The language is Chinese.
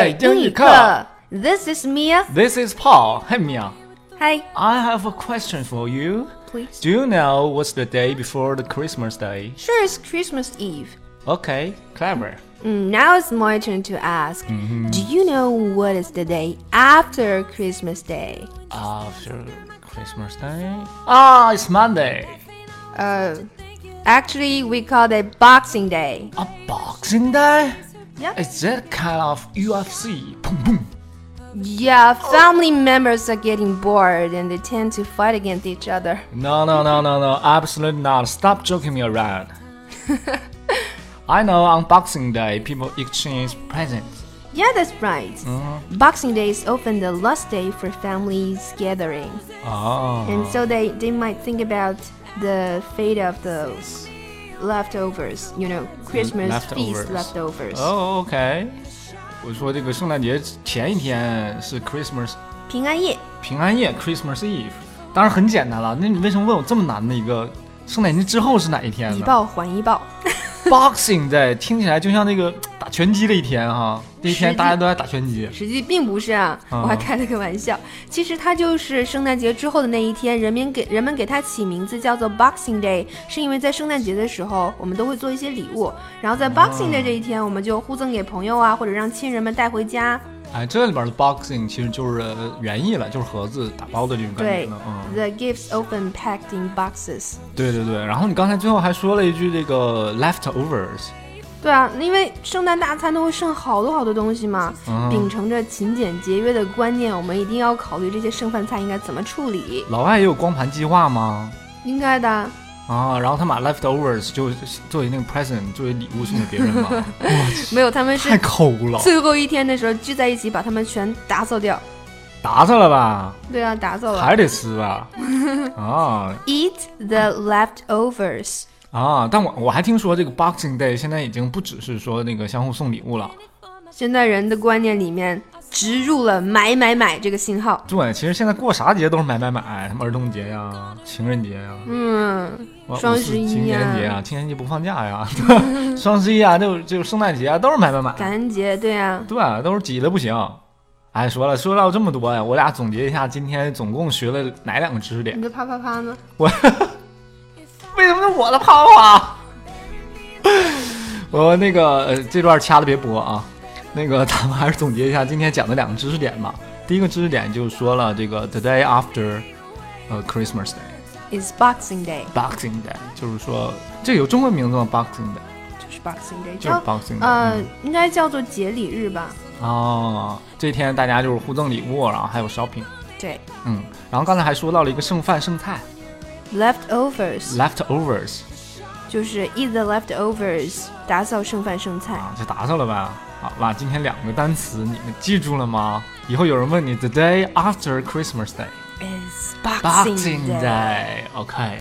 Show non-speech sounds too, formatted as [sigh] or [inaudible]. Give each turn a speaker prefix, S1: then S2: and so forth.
S1: 北京
S2: 英语
S1: 一
S2: 课
S1: 课。
S2: uh, This is Mia.
S1: This is Paul. Hey Mia,
S2: Hi,
S1: I have a question for you.
S2: please.
S1: Do you know what's the day before the Christmas day?
S2: Sure, it's Christmas Eve.
S1: Okay, clever.
S2: Mm, Now it's my turn to ask. Do you know what is the day after Christmas Day?
S1: After Christmas day? Ah, it's Monday.
S2: Uh, actually, we call it Boxing Day.
S1: A Boxing Day?
S2: Yeah.
S1: Is that kind of UFC? Boom, boom.
S2: Yeah, family members are getting bored and they tend to fight against each other. [laughs]
S1: No, no, no, no, no. Absolutely not. Stop joking me around. I know on Boxing Day people exchange presents.
S2: Yeah, that's right. Boxing Day is often the last day for families gathering,
S1: Oh.
S2: and so they, they might think about the fate of those leftovers, you know, Christmas
S1: leftovers. Oh.
S2: feast leftovers.
S1: 哦、o k 我说这个圣诞节前一天是 Christmas
S2: 平安夜。
S1: 平安夜 Christmas Eve，当然很简单了。那你为什么问我这么难的一个圣诞节之后是哪一天
S2: 一
S1: 呢
S2: 报还一报， [laughs]
S1: ？Boxing Day 听起来就像那个打拳击的一天哈，那一
S2: 实
S1: 天
S2: 际
S1: 大家都在打拳击。
S2: 实际并不是啊，
S1: 嗯
S2: 我还开了个玩笑。其实它就是圣诞节之后的那一天，人民给人们给它起名字叫做 Boxing Day，是因为在圣诞节的时候，我们都会做一些礼物，然后在 Boxing Day 这一天，我们就互赠给朋友啊，或者让亲人们带回家。
S1: 哎，这里边的 Boxing 其实就是原意了，就是盒子打包的这种感觉
S2: 对
S1: 呢。嗯，
S2: ，The gifts often packed in boxes。
S1: 对对对。然后你刚才最后还说了一句这个 leftovers，
S2: 对啊，因为圣诞大餐都会剩好多好多东西嘛。
S1: 嗯
S2: 秉承着勤俭节约的观念，我们一定要考虑这些剩饭菜应该怎么处理。
S1: 老外也有光盘计划吗？
S2: 应该的啊。
S1: 啊，然后他把 leftovers 就作为那个 present 作为礼物送给别人嘛，哇，
S2: 没有，他们 [laughs] 是
S1: 太抠了，
S2: 最后一天的时候聚在一起，把他们全打扫掉。
S1: 打死了
S2: [laughs]
S1: 吧，
S2: 对啊，打扫了。
S1: 还得撕
S2: [laughs]
S1: 吧，啊
S2: Eat the leftovers。
S1: 啊！但我我还听说这个 Boxing Day 现在已经不只是说那个相互送礼物了，
S2: 现在人的观念里面植入了买买买这个信号。
S1: 对，其实现在过啥节都是买买买，什么儿童节呀、情人节呀、
S2: 嗯，
S1: 哇
S2: 双
S1: 五四
S2: 十一
S1: 情人节
S2: 呀
S1: 啊，情人节不放假
S2: [laughs]
S1: 呀，双十一啊，就就圣诞节啊，都是买买买，
S2: 感恩节，对啊，
S1: 对啊，都是挤的不行。哎，说了说到这么多呀，我俩总结一下，今天总共学了哪两个知识点
S2: 你？的啪啪啪呢？
S1: 我为什么是我的泡啊泡？ [laughs] 我那个呃，这段掐了别播啊。那个，咱们还是总结一下今天讲的两个知识点吧。第一个知识点就说了这个 the day after，呃，Christmas Day，Boxing
S2: It's Boxing Day，
S1: Day，就是说这有中文名字吗？Boxing Day
S2: 就是 Boxing Day，
S1: 就是
S2: 叫
S1: Boxing Day，
S2: 呃
S1: 嗯，
S2: 应该叫做节礼日吧？
S1: 哦，这天大家就是互赠礼物，然后还有 shopping，
S2: 对
S1: 嗯，然后刚才还说到了一个剩饭剩菜
S2: ，leftovers
S1: leftovers，
S2: 就是 eat the leftovers，打扫剩饭剩菜。
S1: 啊，就打扫了呗。好啦，今天两个单词你们记住了吗？以后有人问你 the day after Christmas Day，
S2: It's
S1: Boxing
S2: Boxing Day。
S1: Day，OK、